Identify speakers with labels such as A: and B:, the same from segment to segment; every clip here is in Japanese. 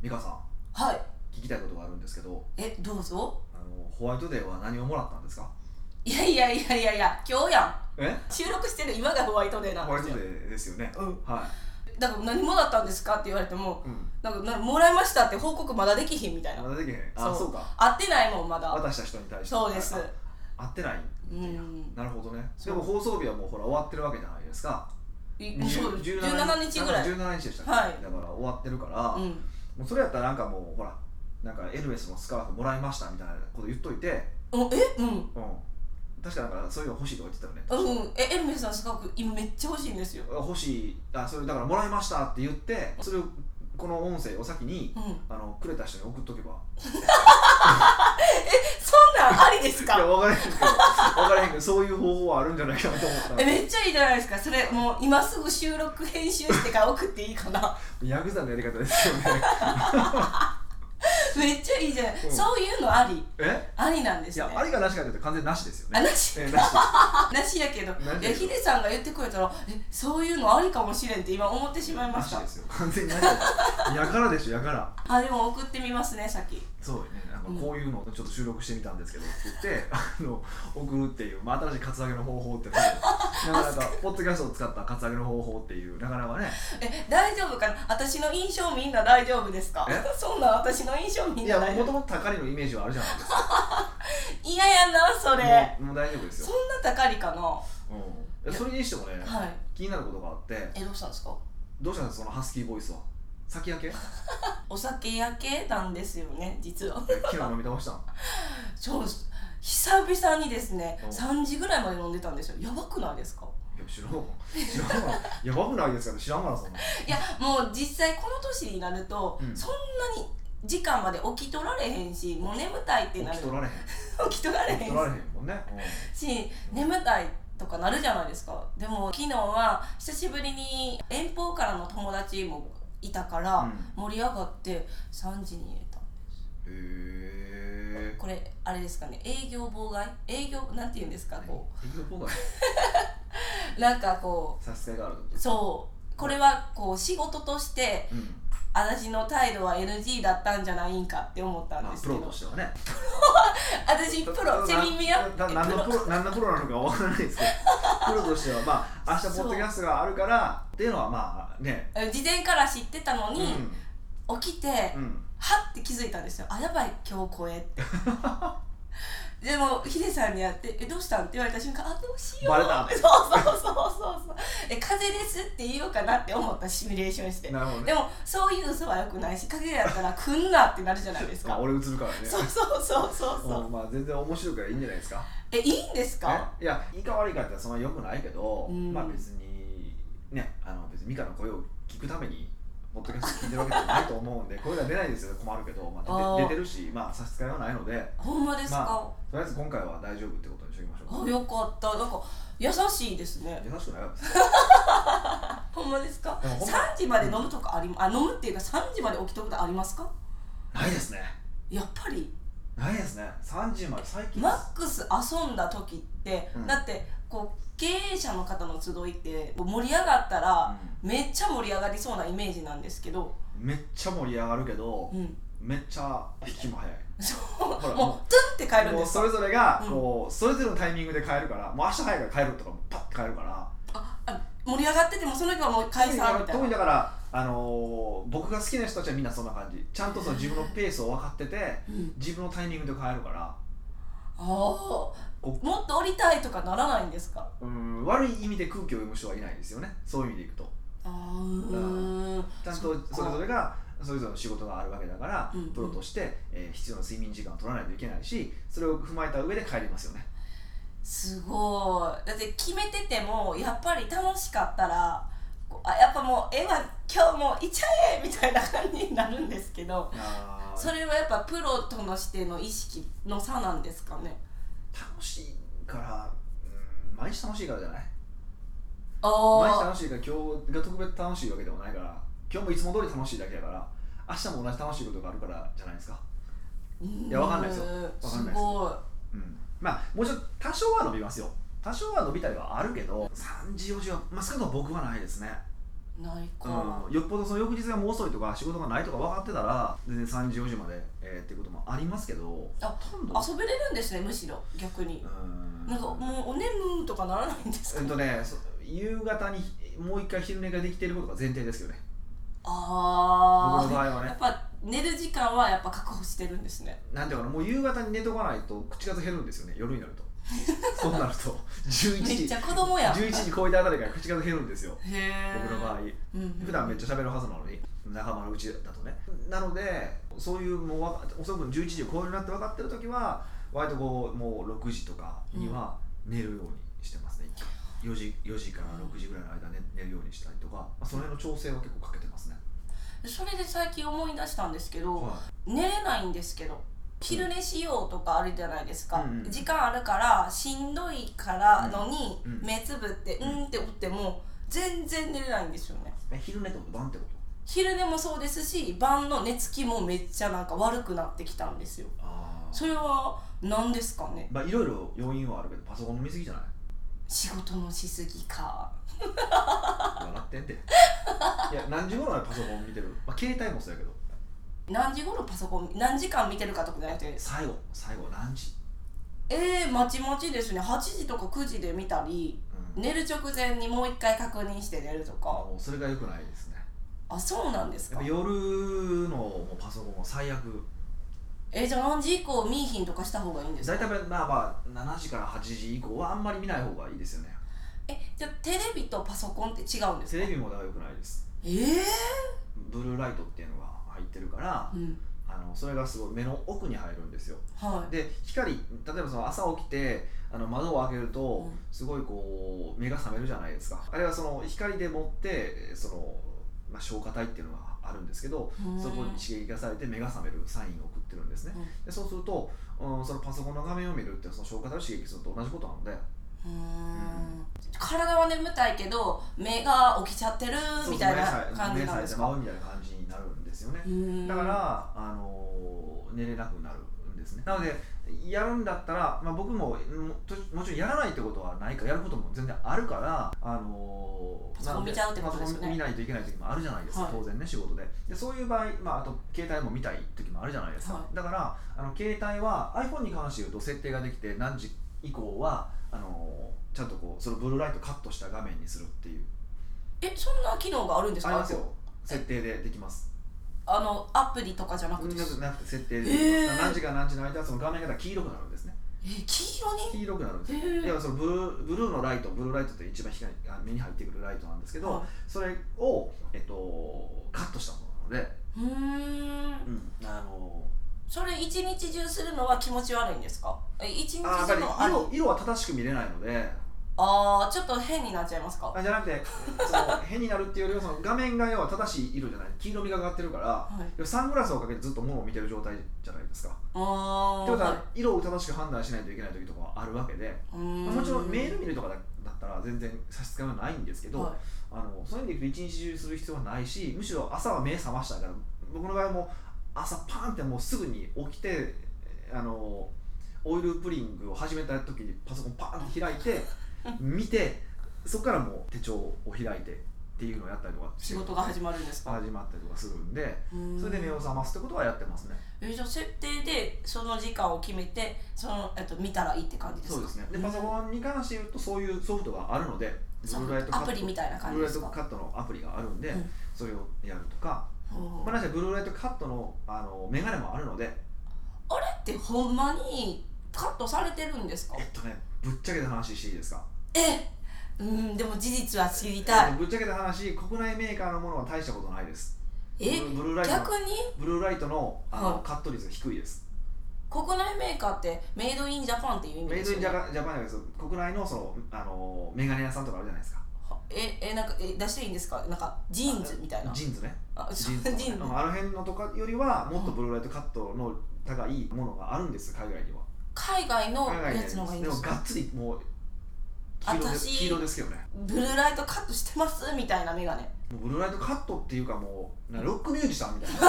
A: 美香さん
B: はい
A: 聞きたいことがあるんですけど
B: えどうぞ
A: あのホワイトデーは何をもらったんですか
B: いやいやいやいやいや今日やん
A: え
B: 収録してる今がホワイトデーなん
A: ホ
B: で
A: ワイ
B: す
A: ト
B: よ
A: デーですよね
B: うん
A: は
B: だから何もらったんですかって言われても
A: い、うん、
B: なんかなもらいましたって報告まだできひんみたいな
A: まだできへんあそうか
B: 会ってないもんまだ
A: 渡した人に対して
B: そうです
A: あ合ってない
B: うんうん
A: なるほどね
B: そ
A: で
B: う
A: も放送日はもうほら終わってるわけじゃないですか
B: いそう
A: 10
B: 17日ぐらい
A: なんか17日でしたっけ、
B: はい
A: だから終わってるから、
B: うん
A: もうそれやったらなんかもうほらなんかエルメスのスカーフもらいましたみたいなこと言っといて、
B: おえうん
A: うん、確かなんかそういうの欲しいとか言ってたよね
B: うん、えエルメスさんすごく今めっちゃ欲しいんですよ、
A: 欲しいあそれだからもらいましたって言ってそれをこの音声を先に
B: うん、
A: あのくれた人に送っとけば
B: そんなんありです
A: いや
B: か
A: 分からへんけど分からへんけどそういう方法はあるんじゃないかなと思った
B: えめっちゃいいじゃないですかそれもう今すぐ収録編集してから送っていいかな
A: ヤクザのやり方ですよね
B: めっちゃいいじゃない、
A: うん
B: そういうのあり
A: え
B: ありなんで
A: い
B: すね
A: やありがなしかというと完全になしですよ
B: あ
A: ね
B: なし
A: えなしです
B: なしやけど
A: なし
B: いやヒデさんが言ってくれたらえそういうのありかもしれんって今思ってしまいま
A: な
B: し
A: したですよ完全になしですやからでしょやから
B: あでも送ってみますねさっき
A: そうよねなんかこういうのをちょっと収録してみたんですけどって言ってあの送るっていう、まあ、新しいカツアゲの方法っていうのをなかなかポッドキャストを使ったカツアゲの方法っていうなかなかね
B: え大丈夫かな私の印象みんな大丈夫ですか
A: え
B: そんなん私の印象み
A: い
B: んな
A: やも
B: 大丈
A: と
B: 夫
A: もと高利のイメージはあるじゃないですか
B: 嫌やなそれ
A: もうもう大丈夫です
B: そ
A: よ、
B: んな高りかなは
A: うんいや、それにしてもね
B: い
A: 気になることがあって
B: えどうしたんですか
A: どうしたんですかそのハスキーボイスは先明け昨
B: お酒焼けなんですよね実は
A: 日飲み倒したん
B: そう久々にですね
A: うん
B: 3時ぐらいまで飲んでたんですよやばくないですか
A: いや知らんわ知らんわやばくないですかね知らんからそんない
B: やもう実際この年になると、
A: うん
B: そんなに時間まで起きとられへんしもう眠たいって
A: 起
B: なる
A: きとられへん
B: 起きとられ
A: 起
B: へ
A: き
B: ん
A: とられへんもんね、
B: し眠たいとかなるじゃないですかでも昨日は久しぶりに遠方からの友達もいたか
A: うんう
B: ら
A: ん、
B: 盛り上がって3時に寝た
A: えー
B: これあれですかね営業妨害営業なんて言うんですかこ
A: 営業妨害
B: うなんかこ
A: 差し支えがある
B: うそうこれはこう仕事として
A: うん
B: 私の態度は NG だったんじゃないんかって思ったん
A: まあ
B: です
A: プ
B: け
A: ロ
B: ど、
A: としてはね
B: 私プロセミミア
A: なな何のプロ何のプロなのかわからないですけどプロとしてはまあ明日ポッドキャストがあるからっていうのはまあね
B: え事前から知ってたのに、
A: う
B: 起きて、
A: んうん
B: はって気づいたんですよあやばい今日声って でもヒデさんにやって「えどうしたん?」って言われた瞬間「あどうしよう」
A: バレた
B: そうそうそうそう そうえ風邪ですって言おうかなって思ったシミュレーションして
A: なるほど
B: で
A: ね
B: もそういう嘘はよくないし風邪やったら 来んなってなるじゃないです
A: まあ
B: か
A: 俺映るからね
B: そうそうそうそうそう
A: うんまあ全然面白いからいいんじゃないですか
B: えいいんですか
A: えいやいいか悪いかってそんな良くないけど、
B: うん
A: まあ別にねあの別にミカの声を聞くためにポッドキャスト聞いてるわけじゃないと思うんで声が出ないですよ困るけど、ま
B: あ
A: あ、
B: ー
A: 出て出てるしまあ差し支えはないので
B: ほんまですか、
A: とりあえず今回は大丈夫ってことにしておきましょ
B: あ、
A: う
B: よかったなんか優しいですね
A: 優しくないわ
B: ほんまですか
A: でもほんま
B: 3時まで飲むとかありあ飲むっていうか3時まで起きたことありますか
A: ないですね
B: やっぱり
A: ないですね3時まで最近
B: マックス遊んだ時って、
A: うん
B: だってこう経営者の方の集いって盛り上がったらめっちゃ盛り上がりそうなイメージなんですけど、
A: うんめっちゃ盛り上がるけど、
B: うん、
A: めっちゃ引きも早い
B: そう
A: ほら
B: もうトゥンって帰るん
A: も
B: で
A: う
B: す
A: そ
B: よ
A: れぞれが
B: うん
A: こう、それぞれのタイミングで変えるからもう明日早いから帰るとかもパッて変えるから
B: ああ盛り上がっててもその人はもう解散みたい
A: 特に
B: な
A: だから、あのー僕が好きな人たちはみんなそんな感じちゃんとその自分のペースを分かってて
B: うん、
A: 自分のタイミングで変えるから
B: あーもっと降りたいとかならないんですか
A: うん悪い意味で空気を読む人はいないですよねそういう意味でいくと
B: あーうーん
A: ちゃん
B: そっ
A: と
B: か
A: それぞれがそれぞれの仕事があるわけだから、
B: うん
A: プロとして、えー必要な睡眠時間を取らないといけないしそれを踏まえた上で帰りますよね
B: すごいだって決めててもやっぱり楽しかったらこうあやっぱもうええわ今日もいっちゃえみたいな感じになるんですけど
A: あー
B: それはやっぱプロとのしての意識の差なんですかね
A: 楽しいからうん毎日楽しいからじゃない毎日
B: ああ
A: 楽しいから今日が特別楽しいわけでもないから今日もいつも通り楽しいだけだから明日も同じ楽しいことがあるからじゃないですか
B: い
A: やわかんないですよわか
B: す
A: んないです
B: ごい
A: うんまあもうちょっと多少は伸びますよ多少は伸びたりはあるけど3時4時は、まあ、少なくとも僕はないですね
B: ないか、
A: うん、よっぽどその翌日がもう遅いとか仕事がないとか分かってたら全然3時4時まで、えーっていうこともありますけど
B: あ
A: ほとんど
B: 遊べれるんですねむしろ逆に、
A: うん
B: なんかもうお眠とかならないんですか、
A: うんとねそ夕方にもう一回昼寝ができていることが前提ですけどね僕の場
B: あ
A: 合は
B: あや
A: ね
B: っぱ寝る時間はやっぱ確保してるんですね
A: なんていうかなもう夕方に寝とかないと口数減るんですよね夜になるとそうなると11
B: めっ
A: 時
B: ちゃ子供やんへ
A: 11時超えたあたりから口数減るんですよ
B: え
A: 僕の場合
B: うんうん、
A: 普段めっちゃ喋るはずなのに仲間のうちだとねなのでそういうもうわか遅く11時を超えるなって分かってる時は割とこうもう6時とかには寝るようにしてますね、一回4時 ,4 時から6時ぐらいの間、ね、寝るようにしたりとか、まあ、その辺の調整は結構かけてますね、
B: それで最近思い出したんですけど、
A: は
B: 寝れないんですけど昼寝しようとかあるじゃないですか、
A: うんうん
B: 時間あるからしんどいからのに、
A: うんうん
B: 目つぶってう
A: うん
B: んって打っても全然寝れないんですよね
A: い、え昼寝ってこと晩ってこと
B: 昼寝もそうですし晩の寝つきもめっちゃなんか悪くなってきたんですよ
A: ああ
B: それは何ですかね
A: まあいろいろ要因はあるけどパソコンの見過ぎじゃ ない
B: 仕事のしすぎか
A: 笑ってんていや何時頃までパソコン見てる、まあ、携帯もそうやけど
B: 何時頃パソコン何時間見てるかとかじゃなくて
A: 最後最後何時、
B: えー、まちまちですね8時とか9時で見たり
A: うん
B: 寝る直前にもう一回確認して寝ると
A: あ
B: か
A: もうそれが良くないですね
B: あそうなんです
A: やっ
B: か
A: ぱ夜のもうパソコンは最悪
B: えー、じゃあ何時以降見いひんとかした方がいいんです
A: 大
B: か
A: 体まあまあ7時から8時以降はあんまり見ない方がいいですよね
B: えじゃあテレビとパソコンって違うんです
A: テ
B: か
A: レビもだから良くないです
B: えー、
A: ブルーライトっていうのが入ってるから
B: うん
A: あのそれがすごい目の奥に入るんですよ
B: はい
A: で光例えばその朝起きてあの窓を開けると
B: うん
A: すごいこう目が覚めるじゃないですかあれはその光でもってその、まあ、消化体っていうのがあるんですけど
B: うーん
A: そこに刺激がされて目が覚めるサインを送ってるんですね
B: うん
A: でそうすると、うん、そのパソコンの画面を見るってその消化体を刺激するのと同じことなので
B: うーん体は眠たいけど目が起きちゃってるみたいな感じなんです
A: 目覚めて
B: か
A: まうみたいな感じになるんですよね
B: うーん
A: だから、あのー寝れなくなるんですねなのでやるんだったら、まあ、僕もうんともちろんやらないってことはないからやることも全然あるから、あのー
B: パソ
A: な
B: コン
A: の
B: 見ちゃうってことで
A: パ
B: すよね
A: ソコン見ないといけない時もあるじゃないですか、
B: はい
A: 当然ね仕事ででそういう場合、まあ、あと携帯も見たい時もあるじゃないですか、
B: は
A: だからあの携帯は iPhone に関して言うと設定ができて何時以降はあのーちゃんとこうそのブルーライトカットした画面にするっていう
B: えそんな機能があるんです
A: あ
B: か
A: りますよ設定でできます
B: あのアプリとかじゃなくて、
A: なくなくて設定で、
B: えー
A: 何時から何時の間その画面が黄色くなるんですね
B: え黄色に
A: 黄色くなるんですよ、
B: えー
A: いやそのブルーブルーのライトブルーライトって一番光が目に入ってくるライトなんですけど、
B: は
A: それを、えっと、カットしたものなので、
B: うーん
A: うんあの
B: それ一日中するのは気持ち悪いんですかえ一日
A: あやっぱ
B: 中
A: り
B: のあり
A: 色色は正しく見れないので
B: あーちょっと変になっちゃいますか
A: あじゃなくてその変になるっていうよりはその画面が要は正しい色じゃない黄色みがかかってるから
B: はい
A: 要はサングラスをかけてずっと物を見てる状態じゃないですか。っ
B: あ
A: て
B: ー
A: こと
B: はい
A: は色を正しく判断しないといけない時とかはあるわけで。
B: うーん
A: もちろんメール見るとかだったら全然差し支えはないんですけど、
B: は
A: あのそういう意味でいくと一日中する必要はないしむしろ朝は目覚ましたいから僕の場合も朝パーンってもうすぐに起きてえーあのオイルプリングを始めた時にパソコンパーンって開いて見てそこからもう手帳を開いてっていうのをやったりとか
B: い仕事が始
A: ま
B: まるんですか
A: 始まったりとかするんで
B: うーん
A: それで目を覚ますってことはやってますね
B: えじゃあ設定でその時間を決めてその、えっと、見たらいいって感じですか
A: そうですねで
B: ん
A: パソコンに関して言うとそういうソフトがあるので
B: ソフト
A: ブルーライトカット
B: アプリみたいな感じ
A: ブル
B: で
A: ーラ
B: す
A: イ
B: か
A: トカットのアプリがあるんで、
B: うん
A: それをやるとか、
B: うん
A: まあ、なしはブルーライトカットのあのメガネもあるので
B: あれってほんまにカットされてるんですか
A: えっとねぶっちゃけた話していいですか
B: えうんでも事実は知りた
A: えっ
B: い
A: とぶっちゃけた話国内メーカーのものは大したことないです
B: え
A: ブルーライトの
B: 逆に
A: ブルーライトのあの、
B: はい
A: カット率が低いです
B: 国内メーカーってメイドインジャパンっていう意味
A: メイ
B: です
A: ドイ
B: よ
A: ンジ
B: ね
A: ャパンジャパンです国内のそのあのメガネ屋さんとかあるじゃないですか
B: ええなんかえ出していいんですかなんかジーンズみたいな
A: ジーンズね
B: あ
A: ジ
B: そう
A: ーンズ
B: ジーン
A: とかね
B: ズ
A: あの辺のとかよりはもっとブルーライトカットの高いものがあるんです海外には
B: 海外の
A: 海外に
B: や
A: あり
B: つの
A: ます
B: 方がいいん
A: で
B: で
A: も
B: す
A: が
B: か
A: っつりもう黄色で
B: 私
A: 黄色ですけどね
B: ブルーライトカットしてますみたいなメガネ
A: もうブルーライトカットっていうかもうなんかロックミュージシャンみたいなぐ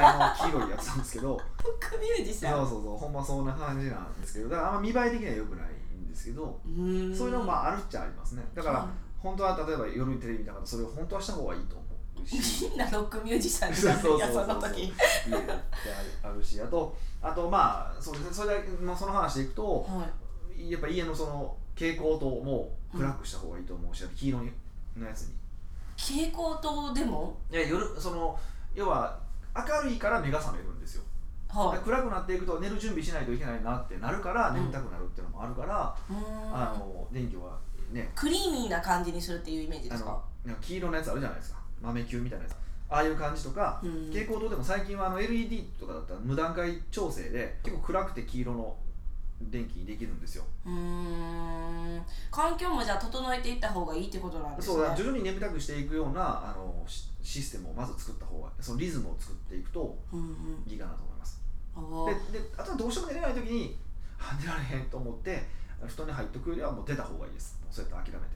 A: らいの黄色いやつなんですけ ど
B: ブックミュージシ
A: そう
B: ャン
A: そうそうほんまそんな感じなんですけどだからあんま見栄え的には良くないんですけど
B: うーん
A: そういうのもまああるっちゃありますねだから、
B: はい
A: 本当は例えば夜にテレビ見たからそれを本当はした方がいいと思うし
B: みんなロックミュージシャンになるんやその時
A: 家だってあるしあとあとまあそうですねそれだけのその話でいくと
B: はい
A: やっぱ家のその蛍光灯も暗くした方がいいと思うし、あと黄色のやつに
B: 蛍光灯でも
A: いや夜その要は明るいから目が覚めるんですよ、
B: は
A: 暗くなっていくと寝る準備しないといけないなってなるから眠たくなるっていうのもあるから、
B: いうーん
A: あの電気はね
B: クリーミーな感じにするっていうイメージで
A: あ
B: す
A: の
B: か
A: なんか黄色のやつあるじゃないですか豆球みたいなやつああいう感じとか、
B: うん
A: 蛍光灯でも最近はあの LED とかだったら無段階調整で結構暗くて黄色の電気にできるんですよ
B: うーん環境もじゃあ整えていった方がいいってことなんですね
A: そうだ徐々に眠たくしていくようなあのシシステムをまず作った方がそのリズムを作っていくと
B: うんうん
A: いいかなと思います
B: おー
A: でであとはどうしても寝れない時にあ寝られへんと思って布団に入っとくよりはもう出た方がいいですもうそうやって諦め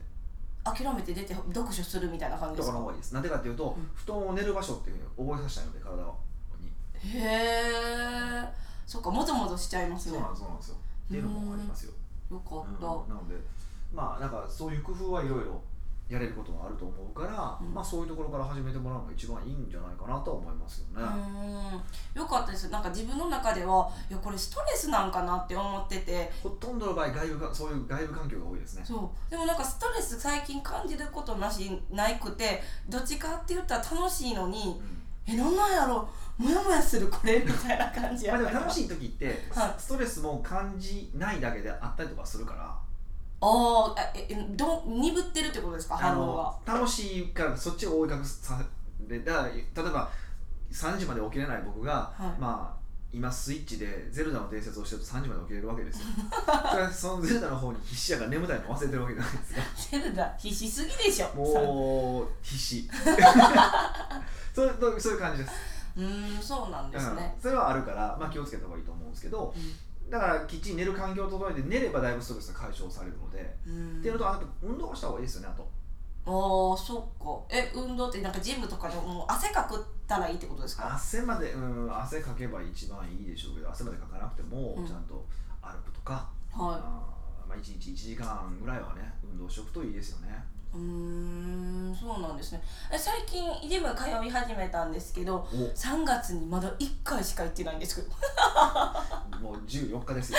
A: て
B: 諦めて出て読書するみたいな感じで
A: 布
B: す
A: 団の方
B: か
A: がいいですなんでかっていうと、
B: うん
A: 布団を寝る場所っていうふうに覚えさせたいので体をに
B: へえそっかもぞもぞしちゃいます
A: そう
B: ね
A: なんそうなんですよっていうのもありますよ、
B: よか
A: うん
B: った、
A: なのでまあなんかそういう工夫はいろいろやれることもあると思うから、
B: うん
A: まあそういうところから始めてもらうのが一番いいんじゃないかなとは思いますよね、
B: うーんよかったですなんか自分の中ではいやこれストレスなんかなって思ってて
A: ほとんどの場合外部がそういう外部環境が多いですね
B: そうでもなんかストレス最近感じることなしないくてどっちかって言ったら楽しいのに
A: うん
B: えなんなんやろモヤモヤするこれみたいな感じ
A: ま
B: や
A: あ、でも楽
B: い
A: しい時って
B: はい
A: ストレスも感じないだけであったりとかするから、
B: あーええど鈍ってるってことですか
A: あ
B: 反応が
A: の楽しいからそっちを覆い隠さでだから例えば3時まで起きれない僕が、
B: はい
A: まあ今スイッチで「ゼルダの伝説」をしてると3時まで起きれるわけ ですよそれはそのゼルダの方に必死やから眠たいの忘れてるわけじゃないです か
B: ゼルダ必死すぎでしょ
A: もう必 死そういうそういう感じです
B: うーんそうなんですね、
A: うん、それはあるから、まあ、気をつけた方がいいと思うんですけどだからきっちり寝る環境を整えて寝ればだいぶストレスが解消されるので、
B: うん
A: っていうのとあと運動はした方がいいですよねあと
B: ああそっかえ運動ってなんかジムとかでもう汗かくったらいいってことですか
A: 汗まで、うん、汗かけば一番いいでしょうけど汗までかかなくても、
B: うん
A: ちゃんと歩くとか、
B: は
A: あーまあ、1日1時間ぐらいはね運動しておくといいですよね
B: いうーんそうなんですねえ最近ジム通い始めたんですけど
A: お
B: 3月にまだ1回しか行ってないんですけど
A: もう14日ですよ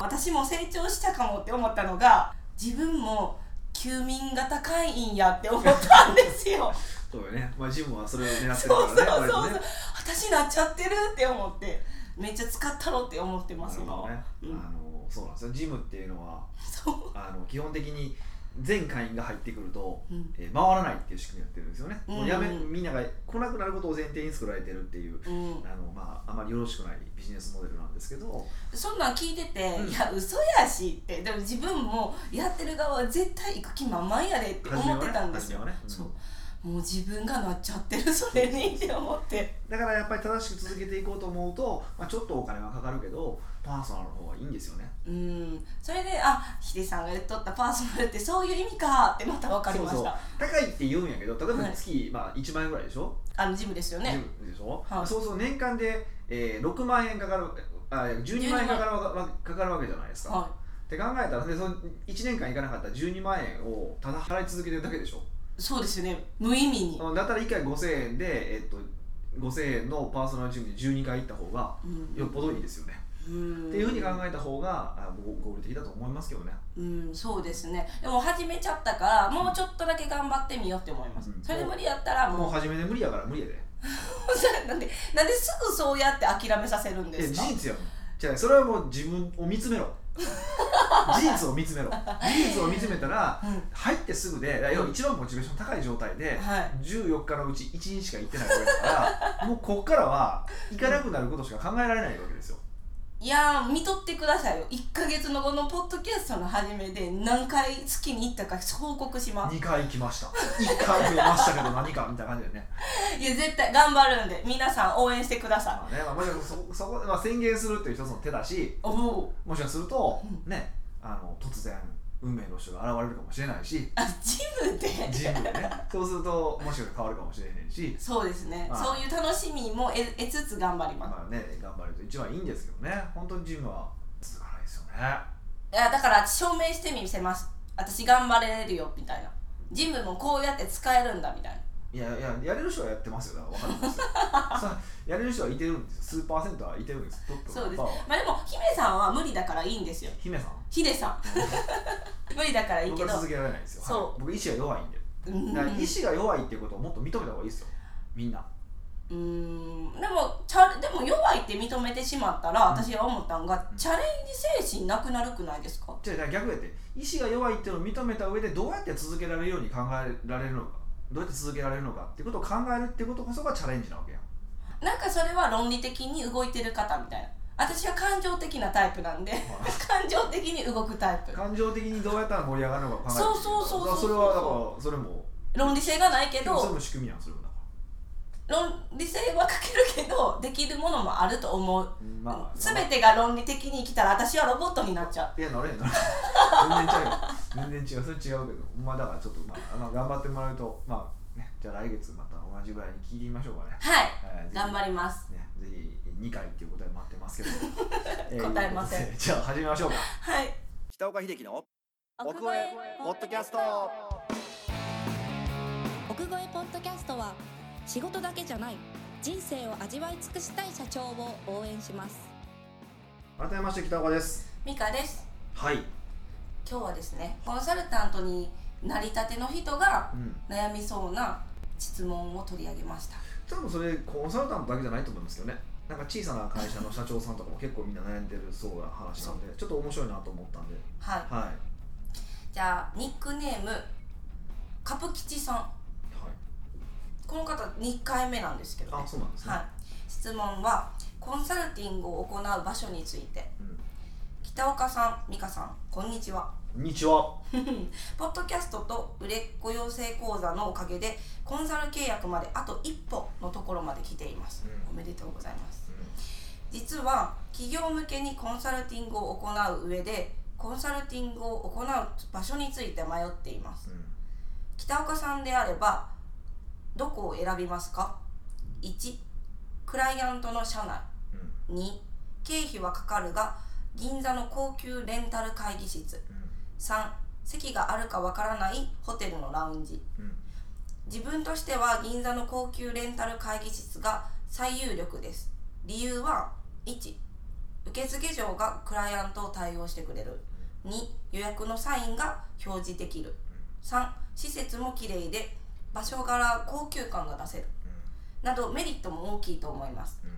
B: 私も成長したかもって思ったのが自分も休眠型会員やって思ったんですよ
A: そうよね、まあ、ジムはそれを狙ってる
B: そうそう
A: か
B: そ
A: ら
B: う
A: ね
B: そう、
A: 割とね
B: 私なっちゃってるって思ってめっちゃ使ったろって思ってます
A: なる
B: 今
A: ほど
B: は、
A: ね、
B: うん
A: あのそうなんですよジムっていうのは
B: そ
A: あの基本的に全会員が入ってくると、
B: う、うん
A: えー回らないっていう仕組みやってるんですよね、もうやめ
B: うんうん
A: みんなが来なくなることを前提に作られてるっていう
B: うん、
A: あの、まあ、あまりよろしくないビジネスモデルなんですけど
B: そんなん聞いてて、
A: うん
B: いや嘘やしってでも自分もやってる側は絶対行く気満々やでって思ってたんですよ、
A: 初めはね初
B: そ
A: めはね
B: うもう自分がなっちゃってるそれにって思って
A: うんだからやっぱり正しく続けていこうと思うと、まあ、ちょっとお金はかかるけどパーソナルの方がいいんですよね
B: うんそれであヒデさんが言っとったパーソナルってそういう意味かってまた分かりました
A: そうそう高いって言うんやけど例え
B: は
A: ば
B: い
A: 月、まあ、1万円ぐらいでしょ、
B: あのジムですよね
A: ジムでしょ、
B: はい
A: そうすると年間で、えー6万円かかるあ12万円かかるわわかかるわけじゃないですか、
B: は
A: って考えたらでその1年間行かなかったら12万円をただ払い続けてるだけでしょ
B: いそうですよね無意味に、
A: だったら1回5000円で、えっと、5000円のパーソナルジムに12回行った方が
B: うん
A: よっぽどいいですよね、
B: うん
A: っていうふうに考えた方があご合理的だと思いますけどね
B: うんそうですねでも始めちゃったからもうちょっとだけ頑張ってみようって思います、
A: うん
B: それで無理やったらもう
A: もう初めで無理やから無理やで
B: なんでなんですぐそうやって諦めさせるん
A: いや
B: ですか
A: 事実やもんじゃあそれはもう自分を見つめろ 事実を見つめろ事実を見つめたら
B: うん
A: 入ってすぐで要は一番モチベーション高い状態で、
B: はい
A: 14日のうち1日しか行ってないわけだからもうこっからは行かなくなることしか考えられないわけですよ
B: いやー見とってくださいよ1ヶ月のこのポッドキャストの始めで何回月に行ったか報告します
A: 2回行きました1回増えましたけど何かみたいな感じでね
B: いや絶対頑張るんで皆さん応援してくださ
A: まあね、まあ、もちろんそそこ、まあ、宣言するっていう一つの手だし
B: いおお
A: もしかすると、
B: う
A: ねあの突然運命の人が現れるかもしれないし
B: あジムで
A: 自分でねそうするともしかしたら変わるかもしれへんし
B: そうですね
A: はい
B: そういう楽しみも得得つつ頑張ります
A: まあね頑張ると一番いいんですけどね本当にジムは続かないですよね
B: いやだから証明してみせます私頑張れるよみたいなジムもこうやって使えるんだみたいない
A: やいややれる人はやってますよだから分かるんです よさやれる人はいてるんです数パーセントはいてるんですトップ
B: そう
A: の
B: です
A: パーは
B: まあでも姫さんは無理だからいいんですよ
A: 姫さん
B: ヒデさん 無理だからいい
A: 僕
B: け
A: は
B: ど
A: 続けられないんですよ
B: そう
A: はい僕意志が弱いんで
B: うん
A: だから意志が弱いっていうことをもっと認めた方がいいですよみんな
B: うーんでもチャでも弱いって認めてしまったら
A: うん
B: 私は思ったんが、
A: うん
B: チャレンジ精神なくなるくないですか
A: じゃあ逆やって意志が弱いっていうのを認めた上でどうやって続けられるように考えられるのかどうやって続けられるのかっていうことを考えるってことこそがチャレンジなわけやん
B: なんかそれは論理的に動いてる方みたいな私は感情的なタイプなんで 感情的に動くタイプ
A: 感情的にどうやったら盛り上がるのかを考える
B: そうそうそ
A: だ
B: うそう
A: からそれはだからそれも
B: 論理性がないけ
A: でもそれ
B: ど
A: も仕組みやんそれもだか
B: 論理性は欠けるけどできるものもあると思う、
A: らまあ
B: 全てが論理的に生きたら私はロボットになっちゃう
A: いやなれへんなれへん全然違うよ全然違うそれ違うけどまあだからちょっとまああの頑張ってもらうとまあねじゃあ来月また同じぐらいに聞いてみましょうかね
B: はい
A: えーぜひ
B: 頑張ります
A: ねぜひ2回っていう答え待って ますけどえー
B: 答えません
A: いうことで じゃあ始めましょうか
B: はい
A: 北岡秀樹の奥越ポッドキャスト
C: 奥越えポッドキャストは仕事だけじゃない人生を味わい尽くしたい社長を応援します
A: 改めまして北岡です
B: ミカです
A: はい、
B: 今日はですねコンサルタントになりたての人が
A: うん、
B: 悩みそうな質問を取り上げました
A: 多分それコンサルタントだけじゃないと思いますけどねなんか小さな会社の社長さんとかも結構みんな悩んでるそうな話なんでちょっと面白いなと思ったんで
B: はい
A: はい、はい、
B: じゃあニックネームカプキチさんこの方2回目なんですけど、ね
A: あそうなんですね、
B: はい、質問はコンサルティングを行う場所について
A: うん
B: 北岡さん美香さんこんにちは
A: こんにちは
B: ポッドキャストと売れっ子養成講座のおかげでコンサル契約まであと一歩のところまで来ています、
A: うん
B: おめでとうございます実は企業向けにコンサルティングを行う上でコンサルティングを行う場所について迷っています
A: うん
B: 北岡さんであればどこを選びますか1クライアントの社内
A: うんうん
B: 2経費はかかるが銀座の高級レンタル会議室3席があるかわからないホテルのラウンジ
A: うんうん
B: 自分としては銀座の高級レンタル会議室が最有力です理由は1受付嬢がクライアントを対応してくれる2予約のサインが表示できる3施設も綺麗で場所柄高級感が出せるなどメリットも大きいと思います
A: うん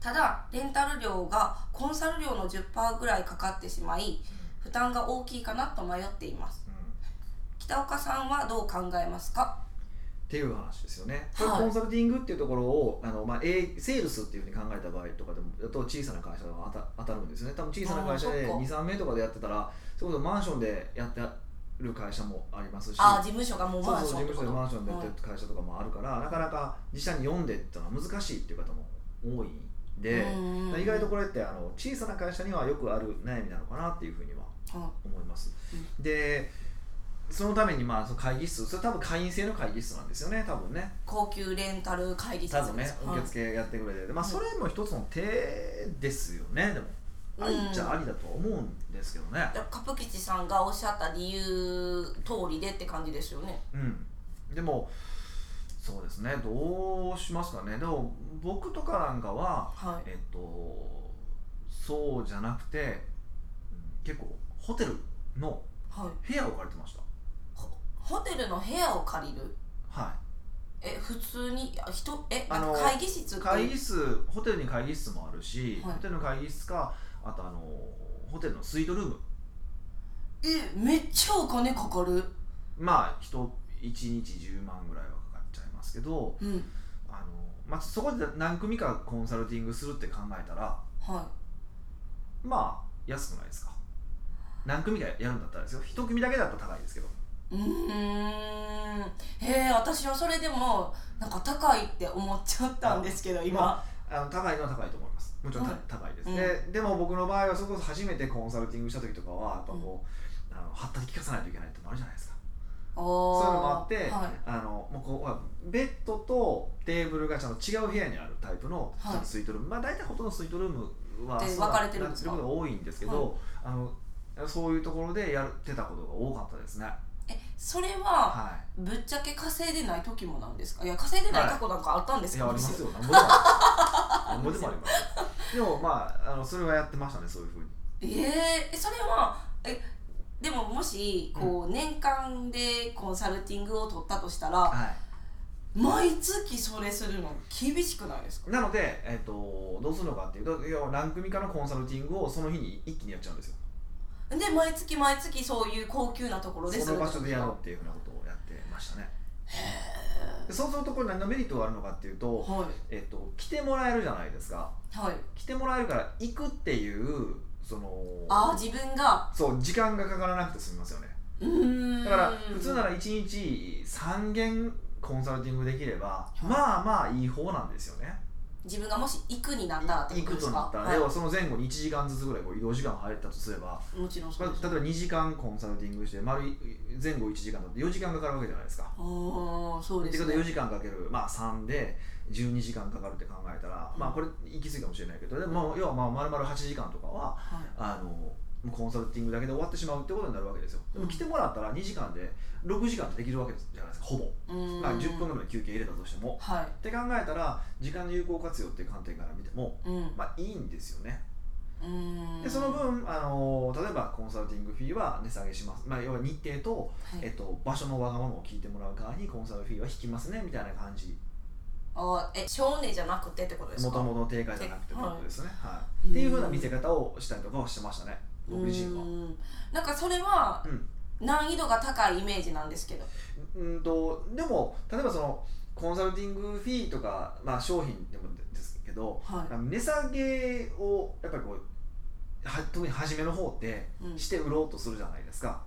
B: ただレンタル料がコンサル料の10%ぐらいかかってしまい負担が大きいかなと迷っています
A: うん
B: 北岡さんはどう考えますか
A: っていう話ですよね、
B: はい
A: これコンサルティングっていうところをあの、まあ、A セールスっていうふうに考えた場合とかでもだと小さな会社が当た当たるんですよね多分小さな会社で
B: あーそっか
A: 23名とかでやってたらそういうことマンションでやってる会社もありますし
B: ああ事務所がもう
A: そう
B: マン
A: そう
B: ショ
A: 事
B: ンって
A: 務所
B: こと
A: でマンションでやってる会社とかもあるから、なかなか自社に読んでっていうのは難しいっていう方も多いんで、
B: うん
A: 意外とこれってあの小さな会社にはよくある悩みなのかなっていうふうには
B: うん
A: 思います、
B: う
A: でそのためにまあその会議室それ多分会員制の会議室なんですよね多分ね
B: 高級レンタル会議室
A: 多分
B: で
A: ね
B: すはい
A: 受付やってくれて、まあ
B: はい
A: それも一つの手ですよねでもありっちゃありだとは思うんですけどね
B: だからカプキチさんがおっしゃった理由通りでって感じですよね
A: うんでもそうですねどうしますかねでも僕とかなんかは
B: はい
A: えっとそうじゃなくてうん結構ホテルの
B: はい
A: 部屋を借りてました
B: ホテルの部屋を借りる
A: はい
B: え普通にあ人え
A: あの
B: 会議室って
A: 会議室ホテルに会議室もあるし、
B: はい
A: ホテルの会議室かあとあのホテルのスイートルーム
B: えめっちゃお金かかる
A: まあ人1日10万ぐらいはかかっちゃいますけど
B: うん
A: あの、まあ、そこで何組かコンサルティングするって考えたら
B: は
A: まあ安くないですか何組かやるんだったらですよ一組だけだったら高いですけど
B: いうーんへえ私はそれでもなんか高いって思っちゃったんですけど今
A: まあの高いのは高いと思いますもちろんた、
B: はい
A: 高いです、
B: うん
A: ででも僕の場合はそれこそ初めてコンサルティングした時とかはやっぱこう、あのはったり聞かさないといけないってのもあるじゃないですか
B: お
A: そうい
B: ー
A: うのもあって、
B: はい
A: あのもうこうほらベッドとテーブルがちゃんと違う部屋にあるタイプの
B: はい
A: スイートルーム、まあ大体ほとんどスイートルームは
B: で
A: そうな
B: 分かれてるんですか
A: なってることが多いんですけど、あのそういうところでやってたことが多かったですね
B: えそれは
A: は
B: ぶっちゃけ稼いでない時もなんですかいや稼いでない過去なんかあったんで
A: いい
B: す
A: や
B: か、
A: あり
B: む
A: ま
B: しろ
A: すよなんぼでもありますなんぼでもありますでもまああのそれはやってましたねそういうふうに
B: えーえそれはえでももしこう、年間でコンサルティングを取ったとしたら
A: はい
B: 毎月それするの厳しくないですか
A: なので、えっとどうするのかっていうと要は何組かのコンサルティングをその日に一気にやっちゃうんですよ
B: で毎月毎月そういう高級なところです
A: その場所でやろうっていうふうなことをやってましたねでそうするとこれ何のメリットがあるのかっていうと,、
B: は
A: えっと来てもらえるじゃないですか
B: いはい
A: 来てもらえるから行くっていうその
B: ああ自分が
A: そう時間がかからなくて済みますよね
B: うーん
A: だから普通なら1日3件コンサルティングできれば、
B: い
A: まあまあいい方なんですよね
B: 自分がもし行くになったらって
A: 行
B: こ
A: く
B: とです
A: と
B: か
A: なったら、要はその前後に1時間ずつぐらいこう移動時間が入ったとすれば
B: い、もちろんそ
A: ま
B: う
A: あ
B: です
A: 例えば2時間コンサルティングして丸い前後1時間だって4時間かかるわけじゃないですか。
B: ああそう
A: っ
B: で
A: てこ
B: す
A: とで
B: ね
A: 4時間かける、まあ、3で12時間かかるって考えたら、
B: うん
A: まあこれ行き過ぎかもしれないけどでもまあ要はまあ丸々8時間とかは
B: はい
A: あのコンサルティングだけで終わってしまうってことになるわけですよでも
B: うん
A: 来てもらったら2時間で6時間でできるわけじゃないですかほぼ、
B: うーん
A: まあ、10分ぐらいの休憩入れたとしても
B: は
A: って考えたら時間の有効活用っていう観点から見ても
B: いうん
A: まあいいんですよね
B: うーん
A: でその分あの例えばコンサルティングフィーは値下げします、まあ、要は日程と、
B: はい
A: えっと、場所のわがままを聞いてもらう側にコンサルフィーは引きますねみたいな感じ
B: あーえ少年じゃなくてってことです
A: も
B: か
A: ともとの定価じゃなくてってことですね、はい
B: い
A: っていうふうな見せ方をしたりとかをしてましたね
B: うー
A: 僕自身は。
B: んなんかそれは
A: うん
B: 難易度が高いイメージなんですけど
A: うんとでも例えばそのコンサルティングフィーとか、まあ、商品でもですけど
B: は
A: あの値下げをやっぱりこうは特に初めの方って
B: い、うん
A: して売ろうとするじゃないですか。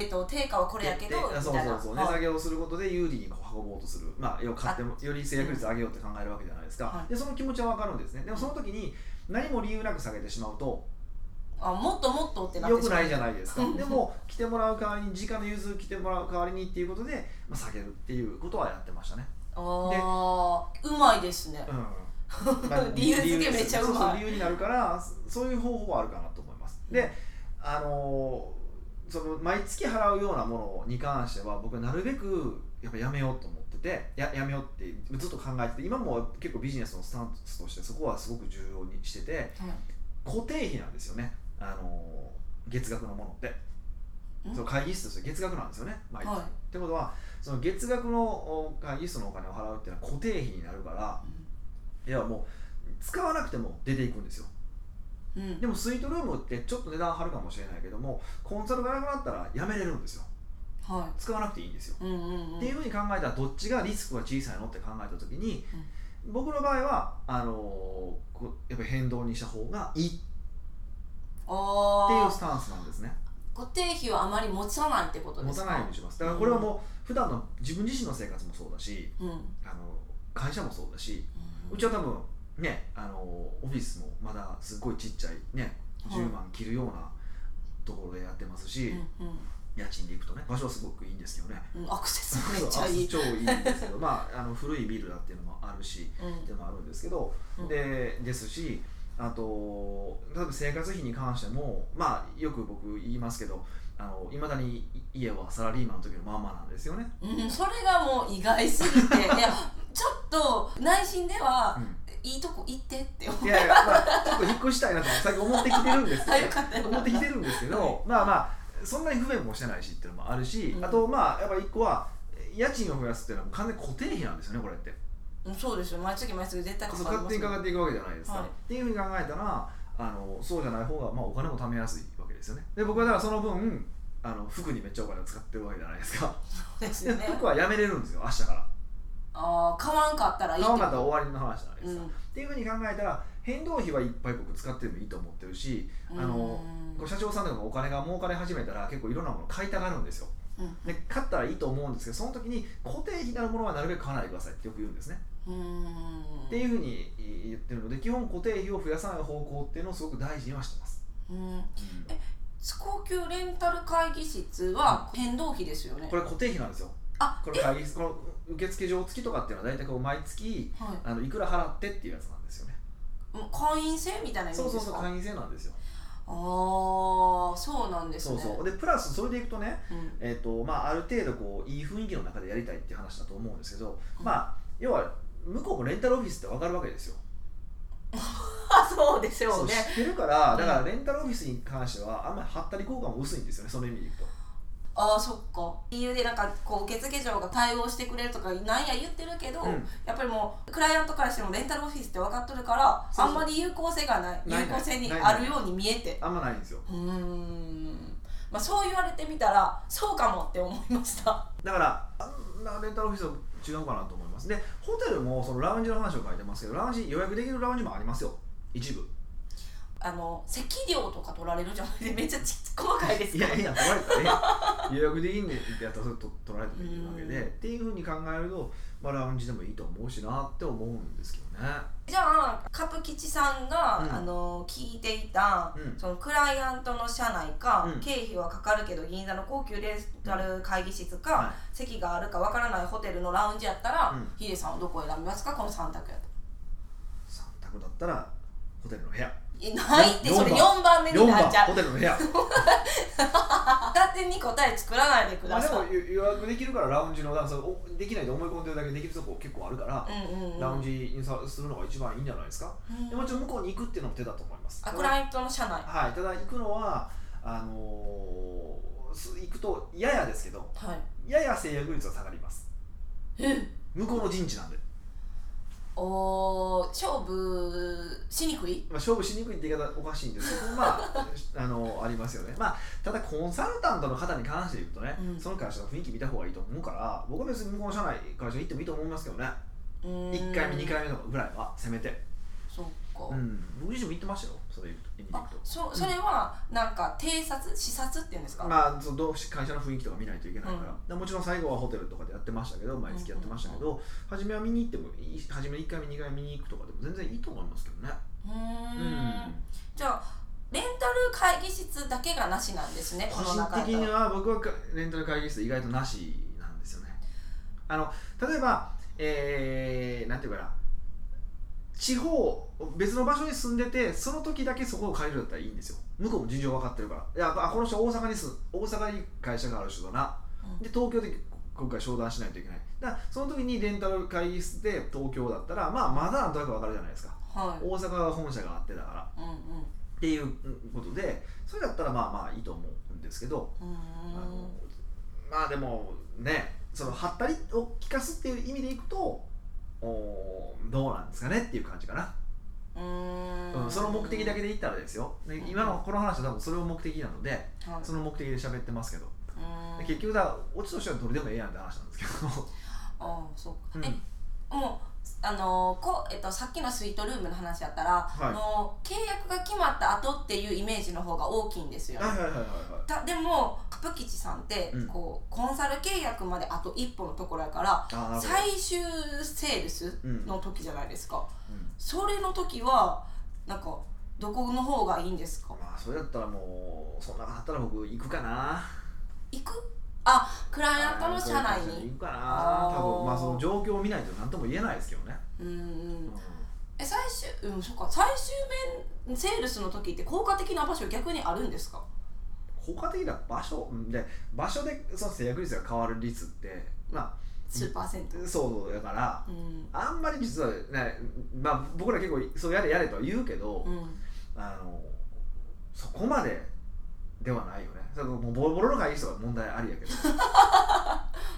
B: えっと定価はこれやけどみ
A: でそう
B: たい
A: そう
B: な
A: そう
B: は
A: 値
B: い
A: 下げをすることで有利にこう運ぼうとする、まあ、要は買ってもより制約率上げようって考えるわけじゃないですか、
B: はい
A: でその気持ちは分かるんですねでもその時に何も理由なく下げてしまうと
B: あもっともっとってなって
A: 良くないじゃ
B: ない
A: ないですか
B: うん
A: でも来てもらう代わりに時間の融通来てもらう代わりにっていうことで、まあ、下げるっていうことはやってましたね、
B: あーうまいですね
A: うん
B: 理由付けめっちゃう
A: そうそ
B: ま
A: 理
B: い
A: 由になるからそそういう方法はあるかなと思いますであのーその毎月払うようなものに関しては僕はなるべくやっぱやめようと思っててややめようってずっと考えてて今も結構ビジネスのスタンスとしてそこはすごく重要にしてて
B: はい
A: 固定費なんですよね、あのー月額のものって
B: ん
A: その会議室として月額なんですよね毎月、
B: はい
A: ってことはその月額のお会議室のお金を払うっていうのは固定費になるからいやもう使わなくても出ていくんですよ
B: うん
A: でもスイートルームってちょっと値段張るかもしれないけどもコンサルがなくなったらやめれるんですよ
B: は
A: 使わなくていいんですよ、
B: いうんうんうん
A: っていうふうに考えたらどっちがリスクが小さいのって考えた時に、僕の場合はあのーこうやっぱり変動にした方がいいっていう
B: あ
A: スタンスなんですね
B: あ固定費はあまり持たないってことで
A: 持
B: す
A: た
B: か
A: ないようにしますだからこれはもう普段の自分自身の生活もそうだし
B: うんうん
A: あの会社もそうだしうちは多分ねあのオフィスもまだすっごいちっちゃいね
B: はい
A: 10万切るようなところでやってますし、
B: うんうん
A: 家賃で行くとね場所はすごくいいんですけどね
B: うんアクセス
A: そう
B: めっちゃいい。
A: 超いいんですけどまああの古いビルだっていうのもあるしっていうのもあるんですけど、
B: うん
A: でですしあと例えば生活費に関してもまあよく僕言いますけどいまだに家はサラリーマンの時のまんまなんですよね、
B: うん、うん、それがもう意外すぎ て、いや、ちょっと内心では
A: う、ん
B: いいとこ行ってって
A: い
B: 思
A: やいや、まあ、ちょっと引っ越したいなと最近思ってきてるんですけ
B: あ
A: ど
B: よかったよか
A: 思
B: っ
A: ったてきてるんですけどまあまあそんなに不便もしてないしっていうのもあるし、
B: うん
A: あとまあやっぱり一個は家賃を増やすっていうのはもう完全に固定費なんですよねこれって。
B: うんそうですよ、毎月毎月絶対か
A: そう
B: かり
A: 勝
B: ま
A: 手
B: す
A: に
B: よ
A: かかっていくわけじゃないですか。
B: はい
A: っていうふうに考えたらあのそうじゃない方が、まあ、お金も貯めやすいわけですよね。で僕はだからその分あの服にめっちゃお金を使ってるわけじゃないですか。
B: そうです
A: で
B: よね。
A: 服はやめれるんですよ明日から。
B: ああ、買わんかったらいい
A: 買
B: って
A: わなかっ
B: こと
A: たら終わりの話じゃないで
B: う
A: す
B: ん
A: か。っていうふうに考えたら変動費はいっぱい僕使ってもいいと思ってるしあの
B: うん
A: こう社長さんとかもお金が儲かり始めたら結構いろんなもの買いたがるんですよ。
B: うん
A: で買ったらいいと思うんですけどその時に固定費になるものはなるべく買わないでくださいってよく言うんですね。
B: うん
A: っていうふうに言ってるので基本固定費を増やさない方向っていうのをすごく大事にはしてます、
B: うん高級レンタル会議室は変動費ですよね
A: こ。れ固定費なんですよ
B: あ
A: こ、れ
B: え、
A: 会議室この受付上付きとかっていうのは大体こう毎月
B: はい
A: あのいくら払ってっていうやつなんですよね
B: もう会員制みたいな意味
A: そう
B: です
A: そ
B: か
A: うそう会員制なんですよ
B: ああそうなんです
A: そう
B: ね
A: そうでプラスそれでいくとね、
B: うん
A: えーとまあ、ある程度こういい雰囲気の中でやりたいっていう話だと思うんですけど、
B: うん
A: まあ要は向こうもレンタルオフィスって分かるわけですよ
B: あそうでしょうね
A: 知ってるから
B: ん
A: だからレンタルオフィスに関してはあんまりはったり効果も薄いんですよねその意味でいくと
B: ああそっか理由でなんかこう受付嬢が対応してくれるとかなんや言ってるけど、
A: うん
B: やっぱりもうクライアントからしてもレンタルオフィスって分かっとるから
A: そうそう
B: あんまり有効性がない
A: ない
B: 有効性に
A: ないない
B: あるように見えて
A: あんまないんですよ
B: うーんまあそう言われてみたらそうかもって思いました
A: だからあんなレンタルオフィスは違うかなと思いますでホテルもそのラウンジの話を書いてますけどラウンジ予約できるラウンジもありますよ一部
B: あの席料とか取られるじゃないですかめっちゃち細かいです
A: い
B: か
A: やいや取られたね予約できんねんってやったらそれと取られてもいいわけで、
B: うん
A: っていうふうに考えると、まあ、ラウンジでもいいと思うしなって思うんですけどね
B: じゃあカプキチさんが、
A: うん
B: あの聞いていた、
A: うん
B: そのクライアントの社内か、
A: うん
B: 経費はかかるけど銀座の高級レンタル会議室か、
A: は
B: 席があるかわからないホテルのラウンジやったら、
A: うん
B: ヒデさんはどこを選びますかこの3択やと。
A: 3択だったらホテルの部屋
B: えないって
A: よ
B: それ
A: 四
B: 4番目
A: 4
B: になっち
A: 番
B: ゃ
A: ホ
B: う
A: テルの部屋
B: 勝手に答え作らないでく
A: まあ
B: だ
A: で
B: さい、
A: も予予約できるからラウンジのだからそれおできないと思い込んでるだけでできるとこ結構あるから、
B: うんうんうん、
A: ラウンジにさするのが一番いいんじゃないですか、でもちろん向こうに行くっていうのも手だと思います
B: あ
A: た
B: ク
A: だ
B: ライアントの社内は
A: はいただ行くのはあのーす行くとややですけどやや制約率は下がります
B: いえ
A: 向こうの陣地なんで、
B: おー勝負しにくい
A: まあ、勝負しにくいって言い方おかしいんですけ どまああのありますよねまあただコンサルタントの方に関して言うとね、
B: うん
A: その会社の雰囲気見た方がいいと思うから僕は別に向こうの社内会社に行ってもいいと思いますけどね
B: うーん
A: 1回目2回目とかぐらいはせめて、
B: そっか、
A: うん、僕自身も行ってましたよそういう意味で言う
B: あ
A: と
B: そそれはなんか偵察視察っていうんですか、
A: まあ、そのどうし会社の雰囲気とか見ないといけないから,、もちろん最後はホテルとかでやってましたけど毎月やってましたけど、初めは見に行ってもいい初め1回目2回目見に行くとかでも全然いいと思いますけどね
B: うー
A: うん
B: じゃあレンタル会議室だけがなしなんですね
A: 個
B: この
A: 人
B: 中
A: 的には僕はかレンタル会議室意外となしなんですよねあの例えばえー、なんていうかな地方別の場所に住んでてその時だけそこを借りるだったらいいんですよ向こうも事情分かってるからいやあこの人大阪に住ん大阪に会社がある人だなで東京で今回商談しないといけないだからその時にレンタル会議室で東京だったら、まあ、まだなんとなく分かるじゃないですか
B: はい
A: 大阪が本社があってだから
B: うんうん
A: っていうことでそれだったらまあまあいいと思うんですけど、
B: うー
A: あの
B: ん
A: まあでもねそのはったりを聞かすっていう意味でいくとおーどうなんですかねっていう感じかな、
B: うー
A: うんんその目的だけで言ったらですよで
B: うん
A: 今のこの話は多分それを目的なので
B: はい
A: その目的で喋ってますけど
B: うーん
A: で結局だオチとしてはどれでもええやんって話なんですけど。
B: ああそう
A: う
B: か、
A: ん
B: えもうあのーこうえっと、さっきのスイートルームの話やったら、
A: はい
B: もう契約が決まった後っていうイメージの方が大きいんですよね、
A: はいはいはいはいは
B: たでもカプキチさんって、
A: うん
B: こうコンサル契約まであと一歩のところやから
A: い。あなるほど。
B: 最終セールス
A: うん
B: の時じゃないですか、
A: うん
B: それの時はなんかどこの方がいいんですか
A: まあそれだったらもうそんなだったら僕行くかな。
B: 行くあクライアントの社内に
A: 行くか
B: あ
A: な。
B: ー
A: 多分まあその状況を見ないと何とも言えないですけどね。
B: うんうん
A: うん
B: え最終うんそっか最終面セールスの時って効果的な場所逆にあるんですか
A: 効果的な場所うんで場所でその制約率が変わる率ってま
B: 数パーセント
A: あそうだから。
B: うん
A: あんまり実はね、まあ、僕ら結構そうやれやれとは言うけど、
B: うん
A: あのそこまでではないよねそれもうボロボロのがいい人は問題あり やけど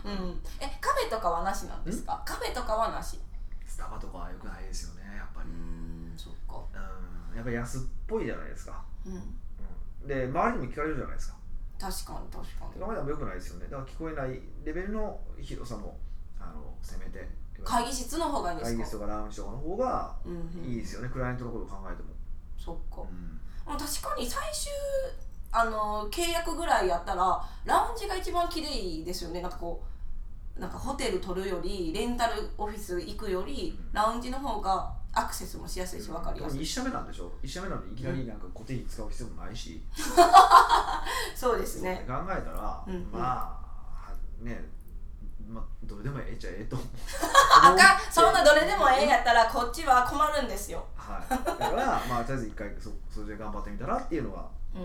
B: うんえカフェとかはなしなんですかカフェとかはなし
A: スタバとかはよくないですよねやっぱり
B: んそっか
A: うんやっぱ安っぽいじゃないですか、
B: うん
A: うん、で周りにも聞かれるじゃないですか
B: 確かに確か
A: 手
B: に
A: 紙でもよくないですよねだから聞こえないレベルの広さのあのせめて
B: 会議室の方がいいんです
A: 会
B: か
A: 議室とかラウンジとかの方が
B: うんうん、
A: いいですよね、クライアントのことを考えても、
B: そっか
A: うん
B: もう確かに最終あの契約ぐらいやったらラウンジが一番綺麗ですよねなんかこうなんかホテル取るよりレンタルオフィス行くより
A: うん
B: ラウンジの方がアクセスもしやすいし分かりやすい、
A: 1社目なんでしょ1社目なのにいきなりなんか固定費使う必要もないし、
B: そうですね
A: 考えたら、
B: うんうん
A: まあねまあ、どれでもええっちゃええと思う
B: あかんそんなどれでもええんやったらこっちは困るんですよ
A: はい、だから、まあ、とりあえず一回そそれで頑張ってみたらっていうのは
B: うん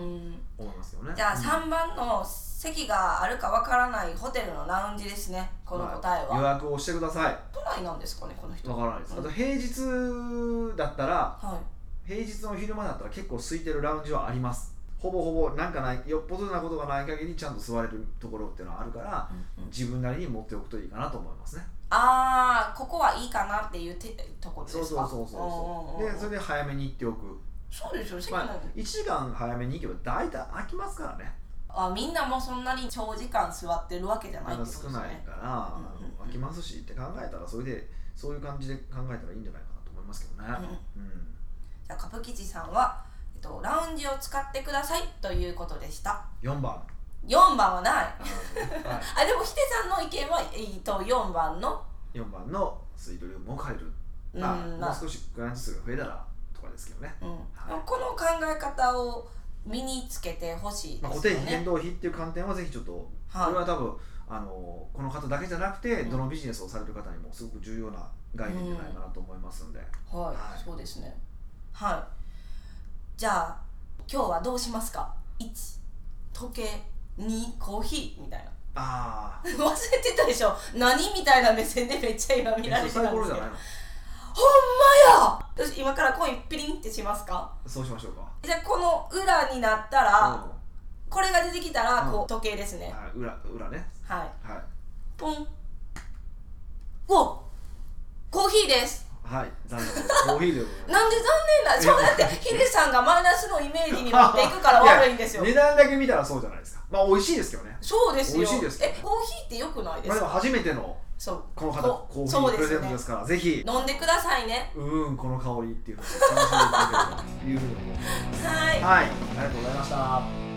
A: 思いますよね
B: じゃあ
A: うん
B: 3番の席があるかわからないホテルのラウンジですねこの答え
A: まあ予
B: は
A: 約をしてください
B: 都内なんですかねこの人
A: わ
B: は
A: からないですあと平日だったら
B: い
A: 平日の昼間だったら結構空いてるラウンジはありますほぼほぼなんかないよっぽどなことがない限りちゃんと座れるところっていうのはあるから自分なりに持っておくといいかなと思いますね
B: ああここはいいかなっていうてところです
A: そう
B: か
A: そうそうそうそうでそれ
B: で
A: で早めに行っておく、
B: そうですよ席
A: ま
B: なん
A: あ
B: て、
A: 1時間早めに行けば大体空きますからね
B: あみんなもうそんなに長時間座ってるわけじゃない
A: あ
B: って
A: の
B: ことです
A: 少
B: ね
A: ないから、あの
B: うんうんうん
A: 空きますしって考えたらそれでそういう感じで考えたらいいんじゃないかなと思いますけどね、うん
B: じゃあ歌舞吉さんは、えっと、ラウンジを使ってくださいということでした
A: 4番
B: 4番はない
A: あのはい
B: あでもヒデさんの意見は、えー、と4番の
A: 4番のスイートルームを変える
B: うん
A: まあ、も
B: ま
A: う
B: あ
A: 少しクライアント数が増えたらとかですけどね、
B: うんでもこの考え方を身につけてほしい
A: まあ、
B: で
A: 固
B: す
A: 定
B: よ
A: 費変
B: ね、
A: 動費っていう観点はぜひちょっと、これ
B: は
A: は多分あのこの方だけじゃなくて、
B: うん
A: どのビジネスをされる方にもすごく重要な概念じゃないかなと思いますんで、
B: い、はい
A: はい
B: そうですねはいじゃあ今日はどうしますか1時計2コーヒーみたいな
A: ああ
B: 忘れてたでしょ何みたいな目線でめっちゃ今見られてた
A: 最
B: んですけ
A: 高
B: ど
A: じゃないの
B: ほんまや私今からコインピリンってしますか
A: そうしましょうか
B: じゃあこの裏になったら、
A: う
B: これが出てきたら
A: うん
B: こう時計ですね
A: ん、はい、裏裏ね
B: はい
A: はい
B: ポンおコーヒーです
A: はい残念コーヒーでございます
B: なんで残念なそうだってヒデさんがマイナスのイメージに持っていくから悪いんですよ
A: や値段だけ見たらそうじゃないですかまあ美味しいですけどね
B: そうですよ
A: 美味しいですよ
B: えコーヒーってよくないで
A: まあ
B: す
A: でも
B: か、
A: 初めての
B: そう
A: この方
B: こ
A: コーヒ
B: そ
A: ー
B: うで
A: プレゼ
B: すよ
A: ン
B: ね
A: トですからぜひ
B: 飲んでくださいね
A: うーんこの香りっていうのを楽しんでいただければというふうに思います
B: はい
A: はいありがとうございました